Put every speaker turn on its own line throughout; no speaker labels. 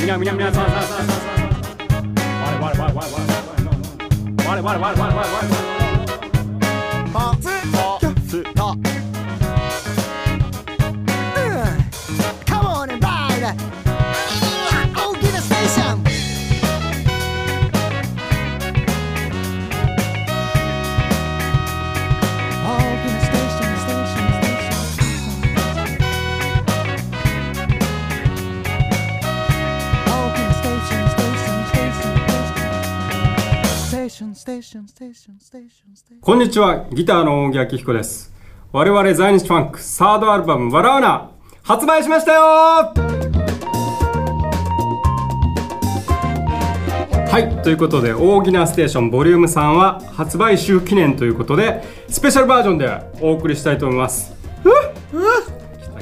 皆皆皆さんさんさんさんさん我々我々我々我々我々我々我々
ポツポツとうんカモンバイル大きなステーション大きなステーションステーションステーション
こんにちはギターの扇明彦です我々在日ファンクサードアルバム「笑うな」発売しましたよはいということで「大きなステーションボリューム3は発売週記念ということでスペシャルバージョンでお送りしたいと思いますうっうっ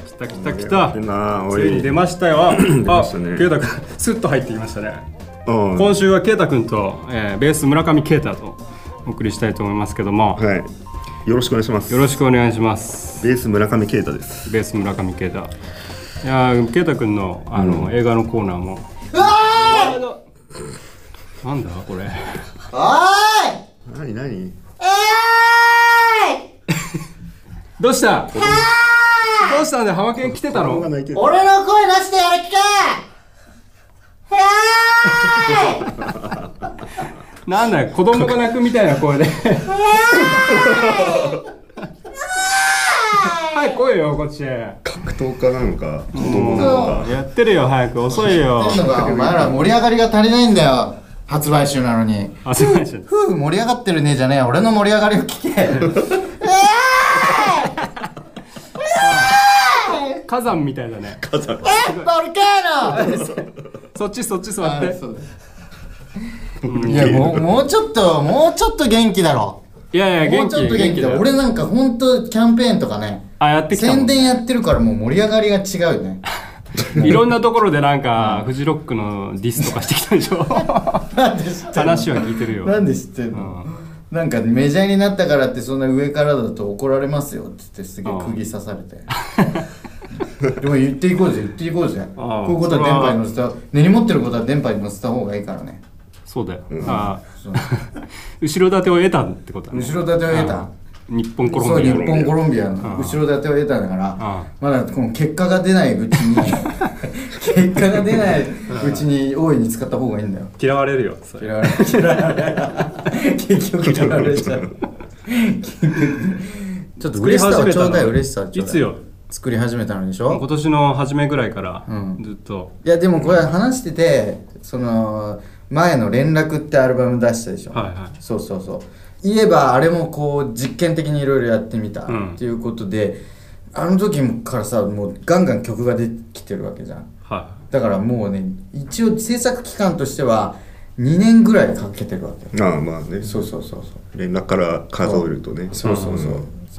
来た来た来た来
出て
た
んなお
ついに
い
出ましたよあ
ましたね
圭太君スッと入ってきましたね
うん
今週は圭太君と、えーベース村上圭太とお送りしたいと思いますけども、
はいよろしくお願いします
よろしくお願いします
ベース村上慶太です
ベース村上圭太いやー圭太君のあの、映画のコーナーもあのなんだこれ
なになに
どうしたどうしたんだよハマケン来てたの
泣いてる
俺の声出してやる気かへーい
なんだよ子供が泣くみたいな声ではい来いよこっちへ
格闘家なのか子供なのか
やってるよ早く遅いよ
なんだかお前ら盛り上がりが足りないんだよ発売週なのに
あすいません
ふう盛り上がってるねじゃねえ俺の盛り上がりを聞け
火山みたいだね
ボルケー
そっちそっち座って
ノいやもうもうちょっともうちょっと元気だろ
いやいや
も
元気
うちょっと元気だ
よ
俺なんかほんとキャンペーンとかね
あやってきたも
宣
ん
伝やってるからもう盛り上がりが違うよね
いろんなところでなんかフジロックのディスとかしてきたでし ょ
なんで知ってんの
話は聞いてるよ
なんで知ってんの、なんかメジャーになったからってそんな上からだと怒られますよって言ってすげえ釘刺されて でも言っていこうぜ言っていこうぜこういうことは電波に乗せた根に持ってることは電波に乗せた方がいいからね
そうだよ、あ
そう
後ろ盾を得たってことだね
後ろ盾を得た
日本コロ
そう
ンビ
日
ア
本コロンビアの後ろ盾を得たんだからまだこの結果が出ないうち に結果が出ないうちに大いに使った方がいいんだよ
嫌われるよそれ
嫌われ嫌われ結局嫌われちゃうちょっと嬉しさをちょうだい嬉しさをちょう
い
だい
つよ
作り始めたのでし
今
ょ
年の初めぐらいから
うん
ずっと、
いやでもこれ話しててその前の「連絡」ってアルバム出したでしょ、
はいはい
そうそうそう言えばあれもこう実験的にいろいろやってみた
うん
っていうことで、あの時からさもうガンガン曲が出てきてるわけじゃん
は
だからもうね一応制作期間としては2年ぐらいかけてるわけよ
ああまあね
そうそうそうそう
連絡から数えるとね
そうそうそ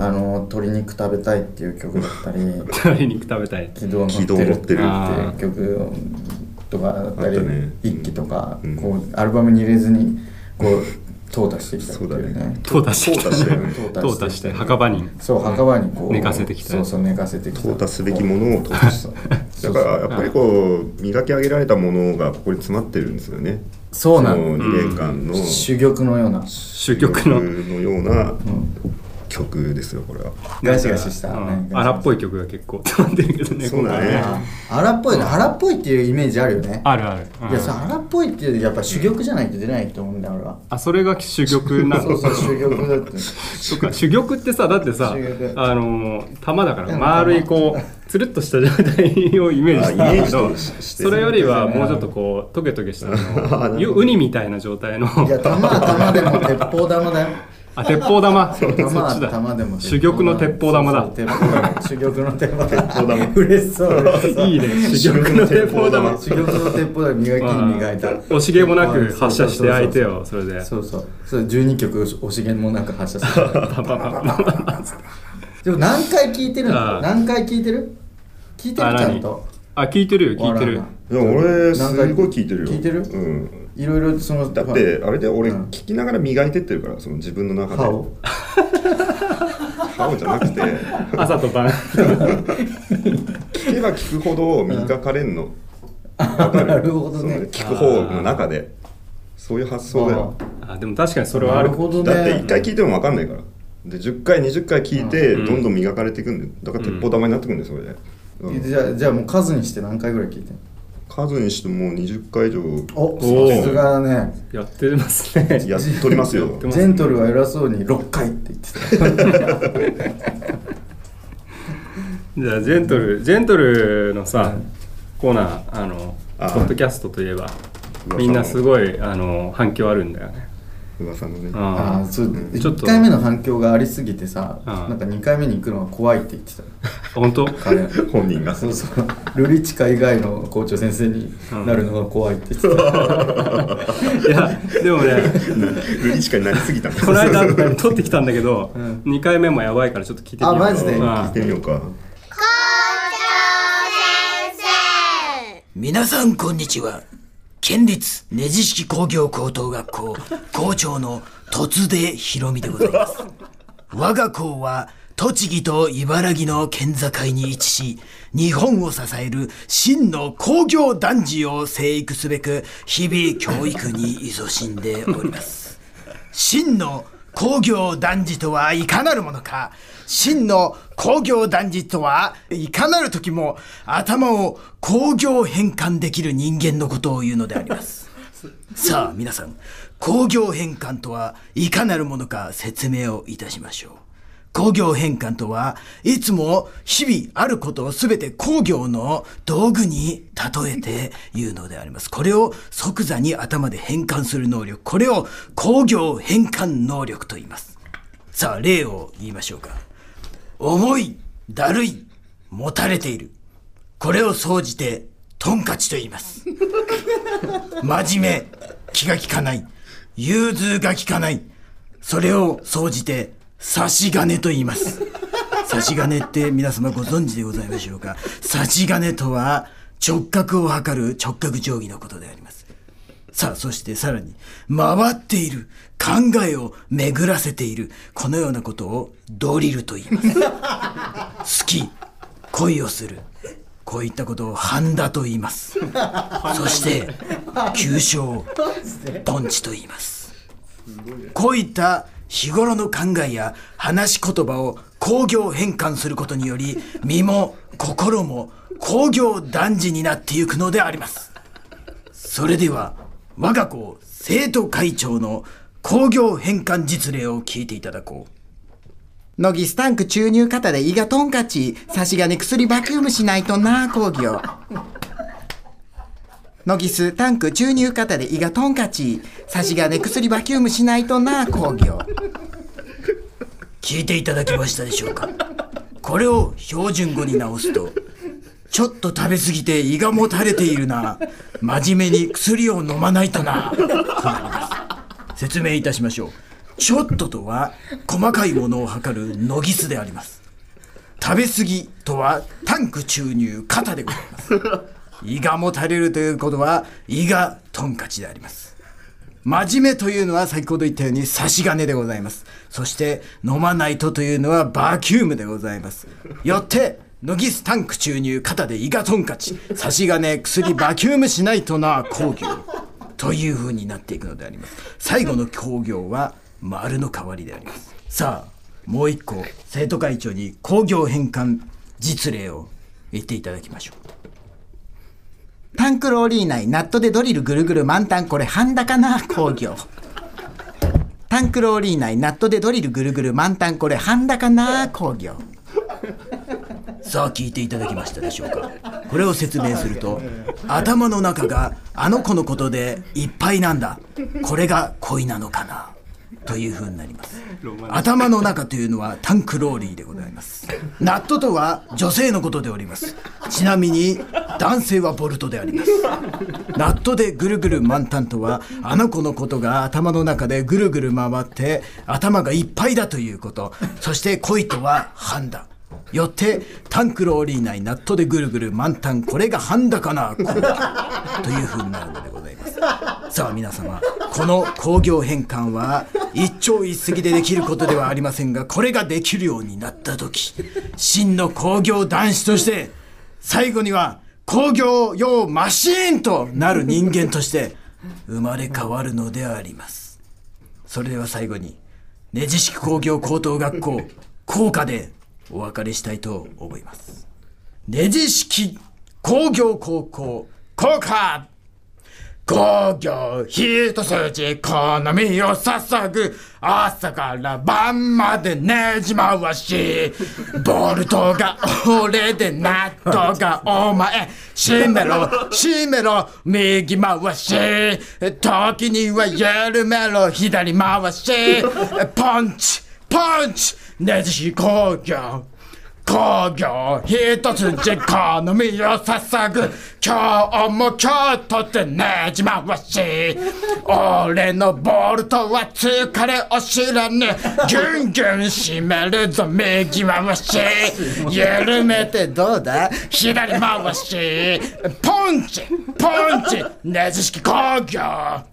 う、あの鶏肉食べたいっていう曲 だったり
い 鶏肉食べたい
軌道乗ってるって
軌
い
道
乗
う
って
曲とかだった
あ
り、
ったね
一期とか、
うん
こうアルバムに入れずにこ う淘汰してきたっていう
そうだ
ね
淘汰してき
淘
た
汰してる
淘
淘汰して墓場に
そう墓場にこう
寝かせてきた
そうそう寝かせてきた
淘汰すべきものを淘汰した だからやっぱりこう磨き上げられたものがここに詰まってるんですよね
そうな
の
の
2年間の
珠玉のような
主曲の
のような曲ですよこれは
ガシガシした、
うん
ね
荒っぽい曲が結構溜まってるけどね
そうだ
今
ね
回
あ 荒っぽいね荒っぽいっていうイメージあるよね
あるある、うん
いやさ荒っぽいっていうやっぱ珠玉じゃないと出ないと思うんだよ俺は
あそれが主曲なの
そうそう珠玉だって
そうか珠玉ってさだってさ
珠玉
あのー玉だから丸いこうつるっとした状態をイ メージしたんだけ
あイメ
ど
ージとして
それよりはもうちょっとこうトゲトゲしたあのウニみたいな状態の
いや弾は弾でも鉄砲玉だよ
あ鉄砲玉そっち
弾は
だ
弾でも鉄砲
珠玉の鉄砲玉
そう
だ
そう鉄砲玉珠玉の鉄砲玉
玉
嬉しそう嬉しそう
いいね珠玉の鉄砲玉
珠玉の鉄砲玉磨きに磨いた
惜しげもなく発射して相手をそれで
そうそうそう12曲惜しげもなく発射する でも何回聴いてる
あ
の
あ
何回聴いてる聴いて
あ
るちゃ
何
んと
あ聞いてるよ聞いて
笑う
る
ない
や俺すごい聞いてるよ
聞いてる
うん
いろいろその
だってあれで俺
うん
聞きながら磨いてってるからその自分の中で
歯を
歯をじゃなくて
朝と晩
聞けば聞くほど磨かれんのわかる
なるほどね
その聞く方の中でそういう発想だよ
あでも確かにそれはある
なるほどね
だって1回聞いても分かんないからで10回20回聞いてどんどん磨かれていくんだよだから鉄砲玉になってくんだよそれで、うん
じゃあじゃあもう数にして何回ぐらい聞いてんの
数にしてもう20回以上
お
おー
さすがだね
やってますね
やっとります よ
てます
ジェントルは偉そうに6回って言ってた
じゃあジェントルジェントルのさ、コーナーあの
あ
ポッドキャストといえば
噂の
みんなすごいあの反響あるんだよね
噂のね
う
あ
ん
あそう
ちょっと
1回目の反響がありすぎてさ
ああ
なんか2回目に行くのが怖いって言ってた
本当
彼
本人が
そ うそうルリチカ以外の校長先生になるのが怖いって言ってた、
いやでもね
ルリチカになりすぎた
この 間
聞
撮ってきたんだけど、
ん
二2回目もやばいからちょっと聞いてみよう
あマジで
うん
いてみようか
皆さんこんにちは県立根知識工業高等学校校長の突出ひろみでございます我が校は栃木と茨城の県境に位置し日本を支える真の工業男児を生育すべく日々教育に勤しんでおります真の工業男児とはいかなるものか真の工業男児とはいかなる時も頭を工業変換できる人間のことを言うのでありますさあ皆さん工業変換とはいかなるものか説明をいたしましょう工業変換とはいつも日々あることを全て工業の道具に例えて言うのでありますこれを即座に頭で変換する能力これを工業変換能力と言いますさあ例を言いましょうか重いだるい持たれているこれを総じてトンカチと言います真面目気が利かない融通が利かないそれを総じて差し金と言います差し金って皆様ご存知でございましょうか差し金とは直角を測る直角定規のことでありますさあそしてさらに回っている考えを巡らせているこのようなことをドリルと言います好き恋をするこういったことをハンダと言いますそして急所をトンチと言いますこういった日頃の考えや話し言葉を工業変換することにより身も心も工業男児になっていくのでありますそれでは我が校生徒会長の工業変換実例を聞いていただこう
のぎスタンク注入型で胃がトンカチ差し金薬バキュームしないとな工業のぎスタンク注入型で胃がトンカチ差し金薬バキュームしないとな工業
聞いていただきましたでしょうかこれを標準語に直すとちょっと食べ過ぎて胃がもたれているな真面目に薬を飲まないとなとなります説明いたしましょうちょっととは細かいものを測るノギスであります食べ過ぎとはタンク注入肩でございます胃がもたれるということは胃がトンカチであります真面目というのは先ほど言ったように差し金でございますそして飲まないとというのはバキュームでございますよってノギスタンク注入肩でイガトンカチ差し金薬バキュームしないとな工業という風になっていくのであります最後の工業は丸の代わりでありますさあもう一個生徒会長に工業変換実例を言っていただきましょう
タンクローリー内ナットでドリルぐるぐる満タンこれハンダかな工業タンクローリー内ナットでドリルぐるぐる満タンこれハンダかな工業
さあ聞いていただきましたでしょうかこれを説明すると頭の中があの子のことでいっぱいなんだこれが恋なのかなというふうになります頭の中というのはタンクローリーでございますナットとは女性のことでおりますちなみに男性はボルトでありますナットでぐるぐる満タンとはあの子のことが頭の中でぐるぐる回って頭がいっぱいだということそして恋とは判断よってタンクローリー内ナットでぐるぐる満タンこれがハンダかなこうというふうになるのでございますさあ皆様この工業変換は一朝一夕でできることではありませんがこれができるようになった時真の工業男子として最後には工業用マシーンとなる人間として生まれ変わるのであります。それでは最後に、ネジ式工業高等学校、校歌でお別れしたいと思います。ネジ式工業高校、校歌工業一筋好みを捧ぐ朝から晩までねじ回しボルトが俺でナットがお前閉めろ閉めろ右回し時には緩めろ左回しパンチパンチねじ式工業工業一筋好みを捧ぐ今日も今日とってねじ回し俺のボルトは疲れを知らぬギュンギュン締めるぞ右回し緩めてどうだ左回しポンチポンチねじ式工業あ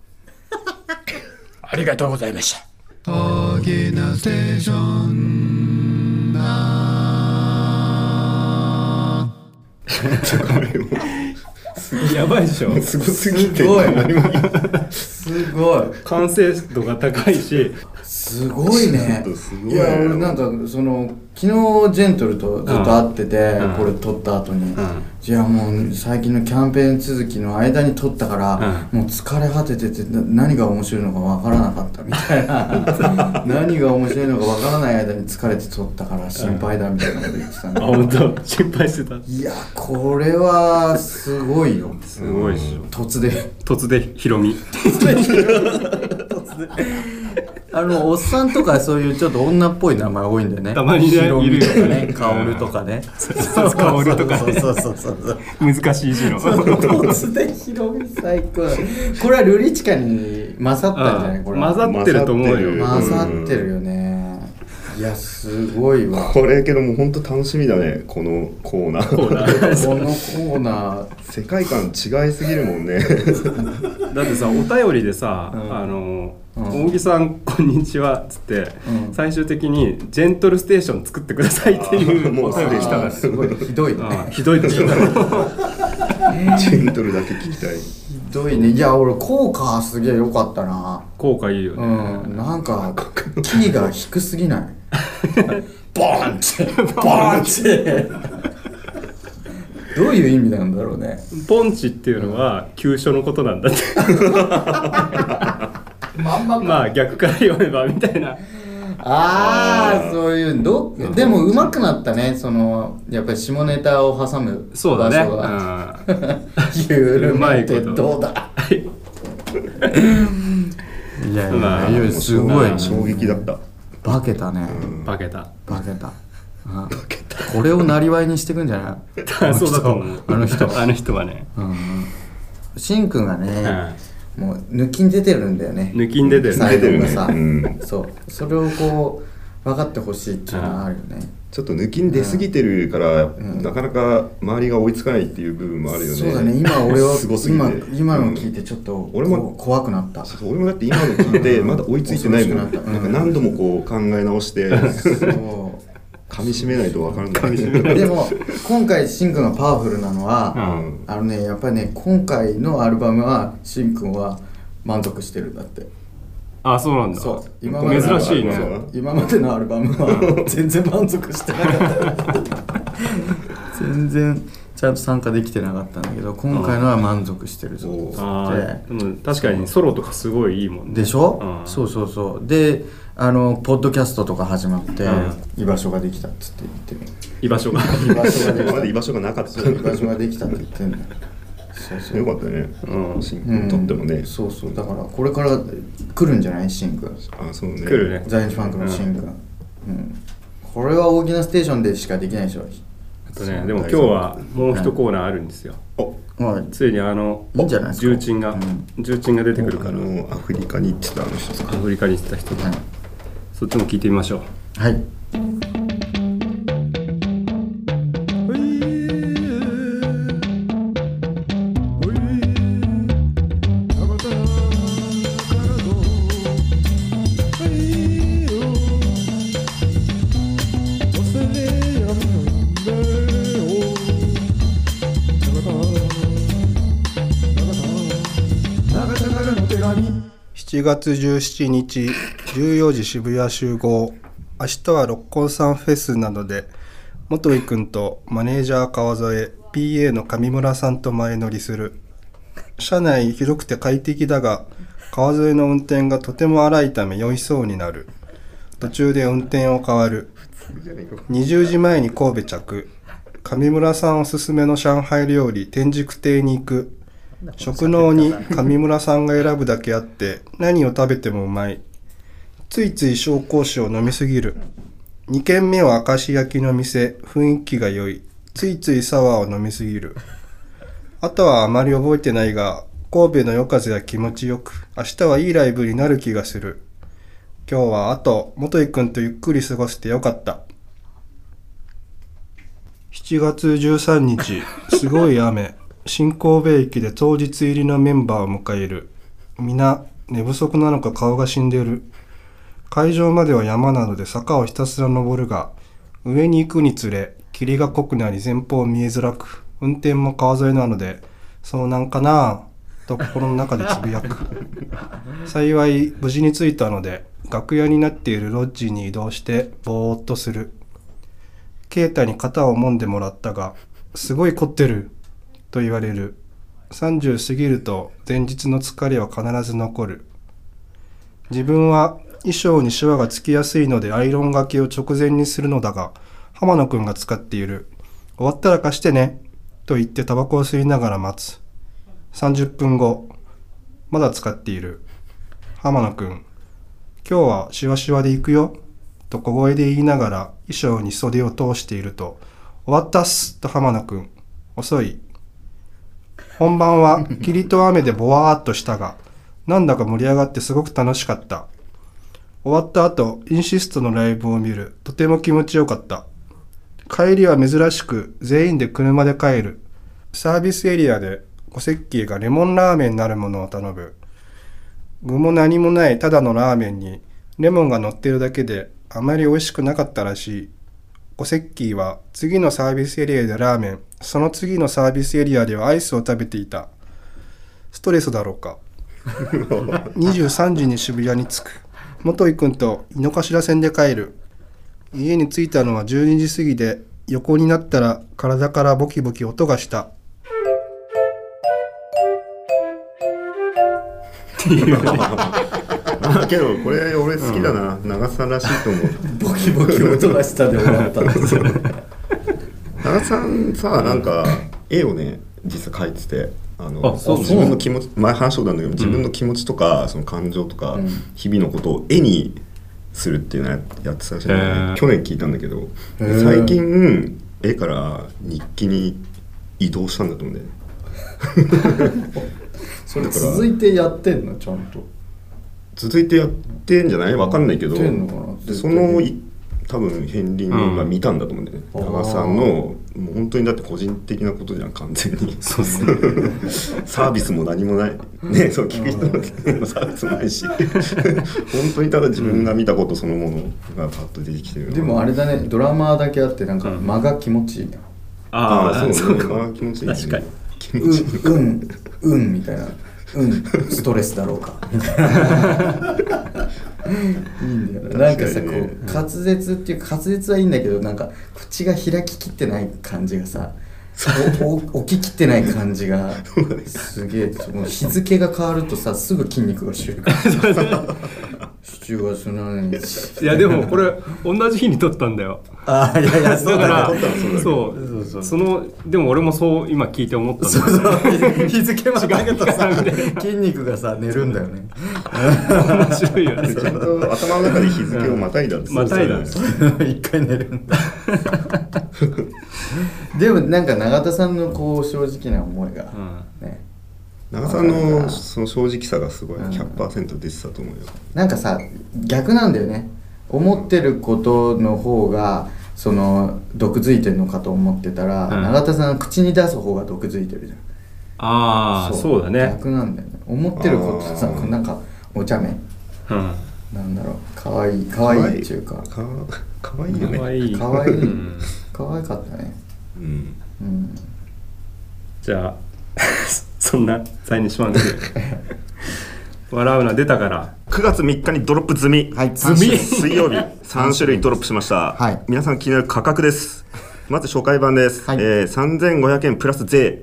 りがとうございました
やばいでしょ
すごすぎて
すごい
何も言
すごい
完成度が高いし
すごいね
うすごい
いや俺なんかその昨日ジェントルとずっと会ってて、これ撮った後に、じゃあもう最近のキャンペーン続きの間に撮ったから、もう疲れ果てててな何が面白いのかわからなかったみた いな何が面白いのかわからない間に疲れて撮ったから心配だみたいなこと言ってたん
あ
で
本当心配してた
いやこれはすごいよ
すごいでしょ
突然
突然ヒロミ
あのおっさんとかそういうちょっと女っぽい名前多いんだよね
たまにね
ヒロミとか
いるよね
ね薫とかね
薫とかね
そうそうそうそう
難しい字の
突然ヒロミ最高これはルリチカに勝ったんじゃないこれ
混ざってると思うよ
混ざ
混ざってるよねいやすごいわこ
これけどもう本当楽しみだねこのコーナー
のコーナー
世界観違いすぎるもん ね
だってさお便りでさ「あの大木さんこんにちは」っつって、最終的に「ジェントルステーション作ってください」ってい
あー
う
も
お
うすで
便
に
り
来
したた
か
からら
すごいひどいね
あーひどいでし ょ
ジェントルだけ聞きたい
ひどいねいや俺効果すげえよかったな
効果いいよ
う
ね、
んなんかキーが低すぎない
ボンチボンチ
どういう意味なんだろうね
ポンチっていうのは急所のことなん だってまあ逆から言わればみたいな
ああそういうどでもうまくなったねそのやっぱり下ネタを挟む場
そ
所
うだね、
が
う
緩めて
うまいこと
どうだ
い
いやい
まあ
やいやすごい
衝撃だった
化けたね
ん、化けた
化けたあこれをなりわいにしていくんじゃな い
そうだと思う
あの人
あの人はね、
しんくんがねもう抜きに出てるんだよね
抜きん出てる
最
ね
出て
後
る
が
ね
さ
うん
そうそれをこう分かってほしいっていうのはあるよね
ちょっと抜きん出すぎてるから、なかなか周りが追いつかないっていう部分もあるよね
そうだね今俺 は
すごすぎて
今今の聞い
て、
てちょっと
俺も
こう怖くなった
うん俺もだって今の聞いてまだ追いついてないもん、
恐ろしくな
な
った
んか何度もこう考え直 して
そう
噛み締めないと分からない噛み締め
でも今回しんくんがパワフルなのは、
うん
あのねやっぱりね今回のアルバムはしんくんは満足してるんだって
あそうなんだ
そう
珍しいね
そう
今までのアルバ ムは全然満足してなかった全然ちゃんと参加できてなかったんだけど今回のは満足してるぞっつ
あ
って
ーでも確かにソロとかすごいいいもんね
でしょ、
うん
そうそうそうであのポッドキャストとか始まって、
ん
居場所ができたっつって言ってる
居場所 が
居場所ができ
今ま
た
で居場所がなかった
そう居場所ができたって言ってんだよそうそう
よかったね、うん、シンクとってもね、
そうそうだからこれから来るんじゃないシン君
あそうね
来るね
在日ファンクのシン君、うん、これは大きなステーションでしかできないでしょ
あとねでも今日はもう一コーナーあるんですよ
お
はい
ついにあの
いいんじゃないですか
重鎮が、重鎮が出てくるか
あ
ら
のアフリカに行ってたあの人と
ア
か
フリカに行ってた人が、そっちも聞いてみましょう
はい
「 7月17日14時渋谷集合明日は六甲山フェスなどで元井君とマネージャー川添 PA の上村さんと前乗りする車内広くて快適だが川添の運転がとても荒いため酔いそうになる途中で運転を変わる20時前に神戸着上村さんおすすめの上海料理天竺亭に行く食能に上村さんが選ぶだけあって何を食べてもうまいついつい紹興酒を飲みすぎる2軒目は明石焼きの店雰囲気が良いついついサワーを飲みすぎるあとはあまり覚えてないが神戸の夜風が気持ちよく明日はいいライブになる気がする今日はあと元井くんとゆっくり過ごせてよかった7月13日すごい雨新神戸駅で当日入りのメンバーを迎える皆寝不足なのか顔が死んでる会場までは山なので坂をひたすら登るが上に行くにつれ霧が濃くなり前方見えづらく運転も川沿いなので遭難かなぁと心の中でつぶやく幸い無事に着いたので楽屋になっているロッジに移動してぼーっとする啓太に肩を揉んでもらったが「すごい凝ってる」と言われる30過ぎると前日の疲れは必ず残る自分は衣装にシワがつきやすいのでアイロンがけを直前にするのだが浜野くんが使っている終わったら貸してねと言ってタバコを吸いながら待つ30分後まだ使っている浜野くん今日はシワシワで行くよと小声で言いながら衣装に袖を通していると終わったっすと浜野くん遅い本番は霧と雨でぼわーっとしたが、なんだか盛り上がってすごく楽しかった。終わった後、インシストのライブを見る。とても気持ちよかった。帰りは珍しく全員で車で帰る。サービスエリアで小石器がレモンラーメンになるものを頼む。具も何もないただのラーメンにレモンが乗ってるだけであまり美味しくなかったらしい。おセッキーは次のサービスエリアでラーメン、その次のサービスエリアではアイスを食べていた。ストレスだろうか。23時に渋谷に着く。元井くんと井の頭線で帰る。家に着いたのは12時過ぎで、横になったら体からボキボキ音がした。
あけどこれ俺好きだな、長さんらしいと思う
ボキボキ音がしたで終わったんですよ
長さんさなんか絵をね実際描いててあの
あそう
自分の気持ち前話したことあるんだけど自分の気持ちとか、その感情とか、日々のことを絵にするっていうのをやってたらしいんだよね
へー
去年聞いたんだけど
へー
最近絵から日記に移動したんだと思うんだよね
それ続いてやってんのちゃんと
続いてやってんじゃないわかんないけど
やってんのかな
でそのい多分片鱗が見たんだと思うんだよね、
うん
長さんのもう本当にだって個人的なことじゃん完全に
そうっすね
サービスも何もないねそう聞く人もサービスもないし 本当にただ自分が見たことそのものがパッと出てきてるのが
でもあれだねドラマーだけあってなんか間が気持ちいいな、
あ
あ
あ
あ、
そ
そう
うね
か。
まあ気持ちいい、ね、
確かに
気
う
持ちいい
んうんうんみたいなうんストレスだろうかいいんだよねなんかさ
確か
こ
に
う
ね
滑舌っていうか滑舌はいいんだけどなんか口が開ききってない感じがさおお起ききってない感じがすげえもう日付が変わるとさすぐ筋肉が収穫7月7日
いやでもこれ同じ日に撮ったんだ よ。
ああいやいやそう
だか
だ
ら
ね
そうそのでも俺もそう今聞いて思ったんだけど
そうそう日付までるとさ筋肉がさ寝るんだよね
面白いよね。
ちゃんと頭の中で日付をまたいだって
またいだんです
そう
一回寝るんだでもなんか永田さんのこう正直な思いが、ね
長さんのその正直さがすごい100%出てたと思うよ、
なんかさ逆なんだよね思ってることの方がその毒づいてるのかと思ってたら、
うん
永田さんは口に出す方が毒づいてるじゃん
ああ、そうだね。
逆なんだよね思ってることさ
あー
なんかお茶目
うん。
なんだろう可愛い可愛いっていうか
かかわいいよね
可愛い。
可愛い
うん
可愛かったね
うん
うん
じゃあそんな在日マンで笑うな出たから
9月3日にドロップ済み、
はい
3種類水 曜日3種類ドロップしました、
はい
皆さん気になる価格ですまず初回版です、
はい
えー3500円プラス 税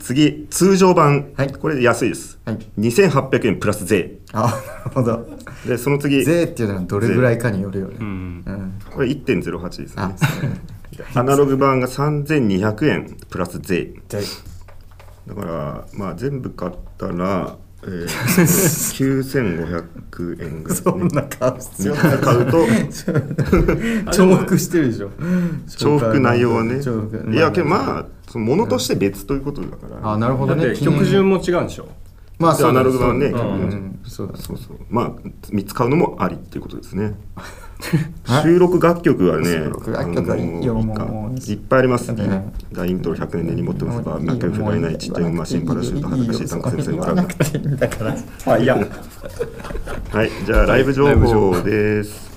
次通常版、
はい
これで安いです、
はい
2800円プラス税
あなるほど
でその次
税っていうのはどれぐらいかによるよねうん
これ1.08です
あ
ね アナログ版が3200円プラス税
じゃ
だからまあ全部買ったら、え ー9500円ぐらい、ね、
そんな顔す
みん
る
な買うと
重複してるでしょ
重複内容はね
重複
いやけどまあそのものとして別ということだから、
あなるほ
だ
ど
っ
ね
て曲順も違うんでしょ
まあ
で
そう
ア
だ
ナログ版ね、
そうだ
140
うんそうだ
そうそうまあ3つ買うのもありっていうことです ね収録楽曲はね
収録楽曲はいいよ
あのー
もう
いっぱいあります
ね
ダイントロ100年根に持ってますば
も う
何回も不甲斐ないちっちゃいマシンパラシュート恥ずかしいタンク先生
言
歌
わ
う
なくていいんだから
まあいいや
はいじゃあライブ情報です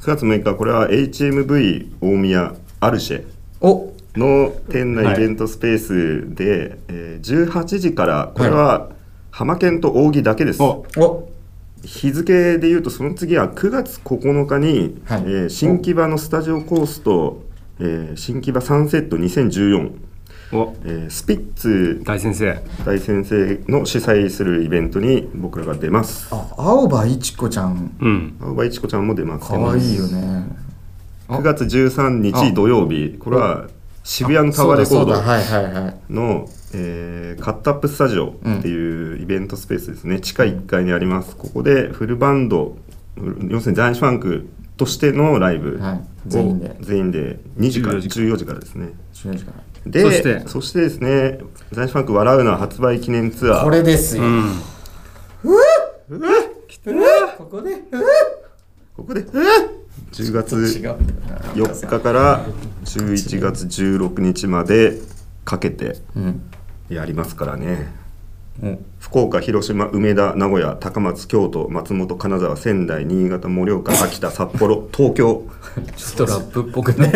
9月6日これは HMV 大宮アルシェ
お
の店内イベントスペースで、えー18時からこれは浜県と扇だけです、
お
お
日付でいうとその次は9月9日に、
はい
えー新木場のスタジオコースと、えー新木場サンセット2014、
お
えースピッツ
大先生
大先生の主催するイベントに僕らが出ます
あ青葉いちこちゃん
うん
青葉いちこちゃんも出ます
かわいいよね
9月13
あ
日土曜日これは渋谷のタワーレコ
そう
ード
だそうだはいはいはい
の、えーカットアップスタジオっていうイベントスペースですね、地下1階にありますここでフルバンド要するに男子ファンクとしてのライブを、
はい全員で
全員で2時から
14
14
時
時からですね
知らないしかない
で
そして
そしてですね「男子ファンク笑うな」発売記念ツア
こ
ー
れですよ
ここで10月4日から11月16日までかけて
うん
やりますからね
うん
福岡広島梅田名古屋高松京都松本金沢仙台新潟盛岡秋田札幌東京
ちょっとラップっぽくね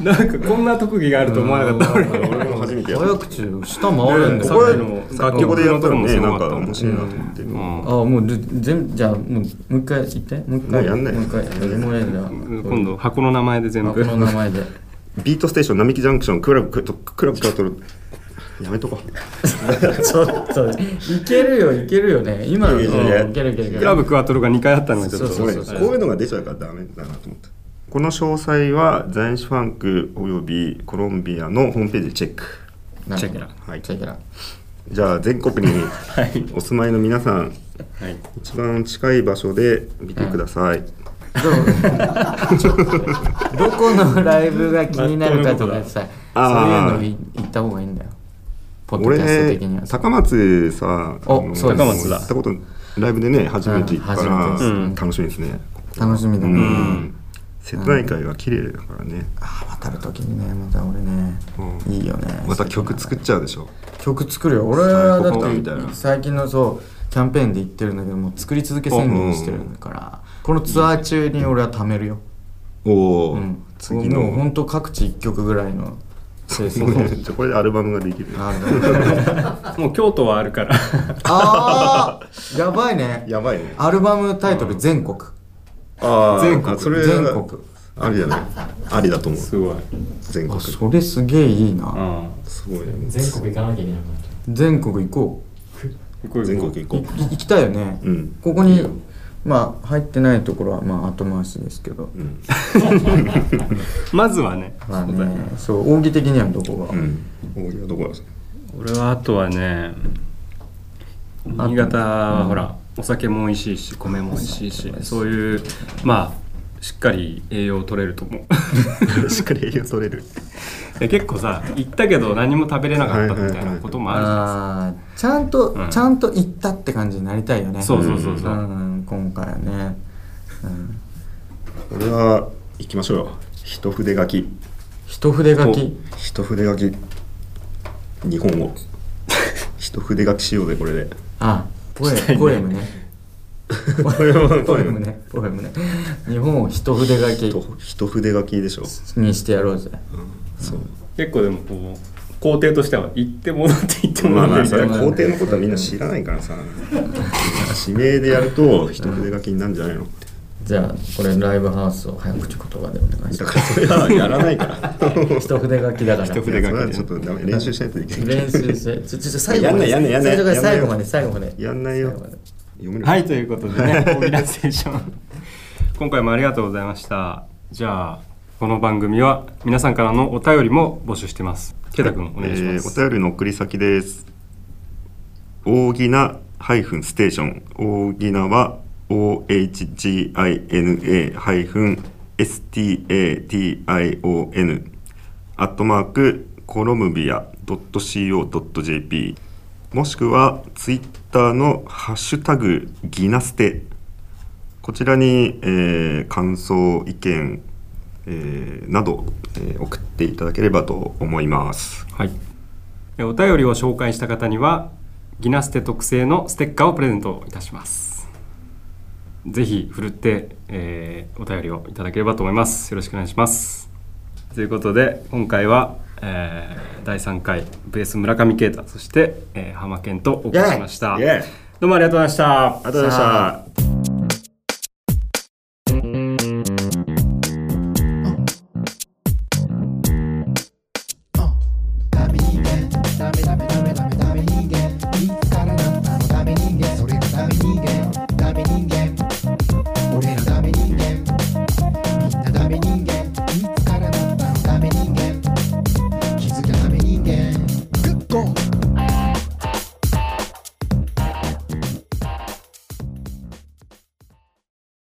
なんかこんな特技があると思わなかった俺
俺も初めてやった
早口下回るんだ
ね
こ
さっき
こ
の
で楽曲でやったらね
楽曲
な
の
んか
とこも
面
す
白いなと思って、も
あもう全部じゃあもうもう一回言ってもう一回
もうやんない
もう一回もうやんない
今度箱の名前で全
あこ
部
の名前で
うビートステーション並木ジャンクションクラブクラブクラブクラブクラブやめとこう
ちょっといけるよいけるよね今の
いやいやいや
うんいけるいけるいける
クラブクワトロが2回あったのがちょっ
そ
と
こ
う
れ
そうそう
こういうのが出ちゃうからダメだなと思ったこの詳細はザインシュファンクおよびコロンビアのホームページでチェック
なるほど
チェケラ
はい
チェケラ
じゃあ全国に
い
お住まいの皆さん、
はい
一番近い場所で見てください、
どこのライブが気になるかとかさそういう
あー
のい行った方がいいんだよポッドキャスト
俺
的には
高松さあ
お
の
そうで
高
す
松だ
行ったことライブでね初めて行ったか
うん
ら
初めてですね
うん楽しみですね
楽しみだ
う
ね
ん瀬戸内海は綺麗だからね
渡る時にねまた俺ね
う
いいよね
また曲作っちゃうでしょ
曲作るよ俺はだ
最高峰みたい
っ
な
て最近のそうキャンペーンで言ってるんだけどもう作り続け宣言してるからこのツアー中に俺は貯めるよ、
おお
うん、
次
もうほ
の
んと各地1曲ぐらいの 制作
もうねじゃあこれでアルバムができる
あるだろう
もう京都はあるから
あーやばいね
やばいね
アルバムタイトル「全国
ああ
全国
それ
全国
ありだねありだと思う
すごい、
全」
あ
国す
それすげえいいな
ごいね
全国行かなきゃいけなくなっちゃ
全国行こ
全国行
うい
こ
行きたいよね、
ううん
ここにまあ入ってないところはまあ後回しですけど、
まずはね
まあねそう奥義的にはどこが、
うん大喜利はどこだ
俺はあとはね新潟はほらお酒も美味しいし米も美味しいしそういうまあしっかり栄養取れると思う
しっかり栄養取れる
で 結構さ行ったけど何も食べれなかったみたいなこともあるじゃない
あーちゃんと、
ん
ちゃんと行ったって感じになりたいよね
そうそうそうそうん
今回はね、うん、
これは行きましょうよ一筆書き
一筆書き
一筆書き日本 語一筆書きしようぜこれで
あポエポエムね
こ れは
ポエムねポエムね日本を一筆書
一筆書きでしょ
きにしてやろうぜ
そう
結構でもこう
工程としては行って戻って行って
まあ
戻
ま
っ
あ
て
そ
み
れ
た
はい
な
工程のことはみんな知らないからさ指名でやると一筆書きになるんじゃないの
じゃあこれライブハウスを早口言葉でお願いし
だ
ま
からそれはやらない から
す一筆書きだから
それはちょっとダメ練習しないといけない
練習してちょちょ最後
やん
ま
な
で
いやんないやんない
最初から最後まで
や
最後まで
やんないよ
最後まで
読め る
はい、ということでね、大喜利ステーション。今回もありがとうございました。じゃあ、この番組は皆さんからのお便りも募集してます。ケイタ君、お願いしま
えー
す。
お便りの送り先です。大ぎなハイフンステーション。大ぎなは O H G I N A ハイフン S T A T I O N アットマークコロムビアドット C O ドット J P もしくはツイッターのハッシュタグギナステこちらに、えー感想意見、えーなど、えー送っていただければと思います。
はい、えーお便りを紹介した方にはギナステ特製のステッカーをプレゼントいたしますぜひふるって、えーお便りをいただければと思いますよろしくお願いしますということで今回は、えー第3回ベース村上啓太そして、えー、浜健とお送りしました
イエーイ
どうもありがとうございました
ありがとうございました。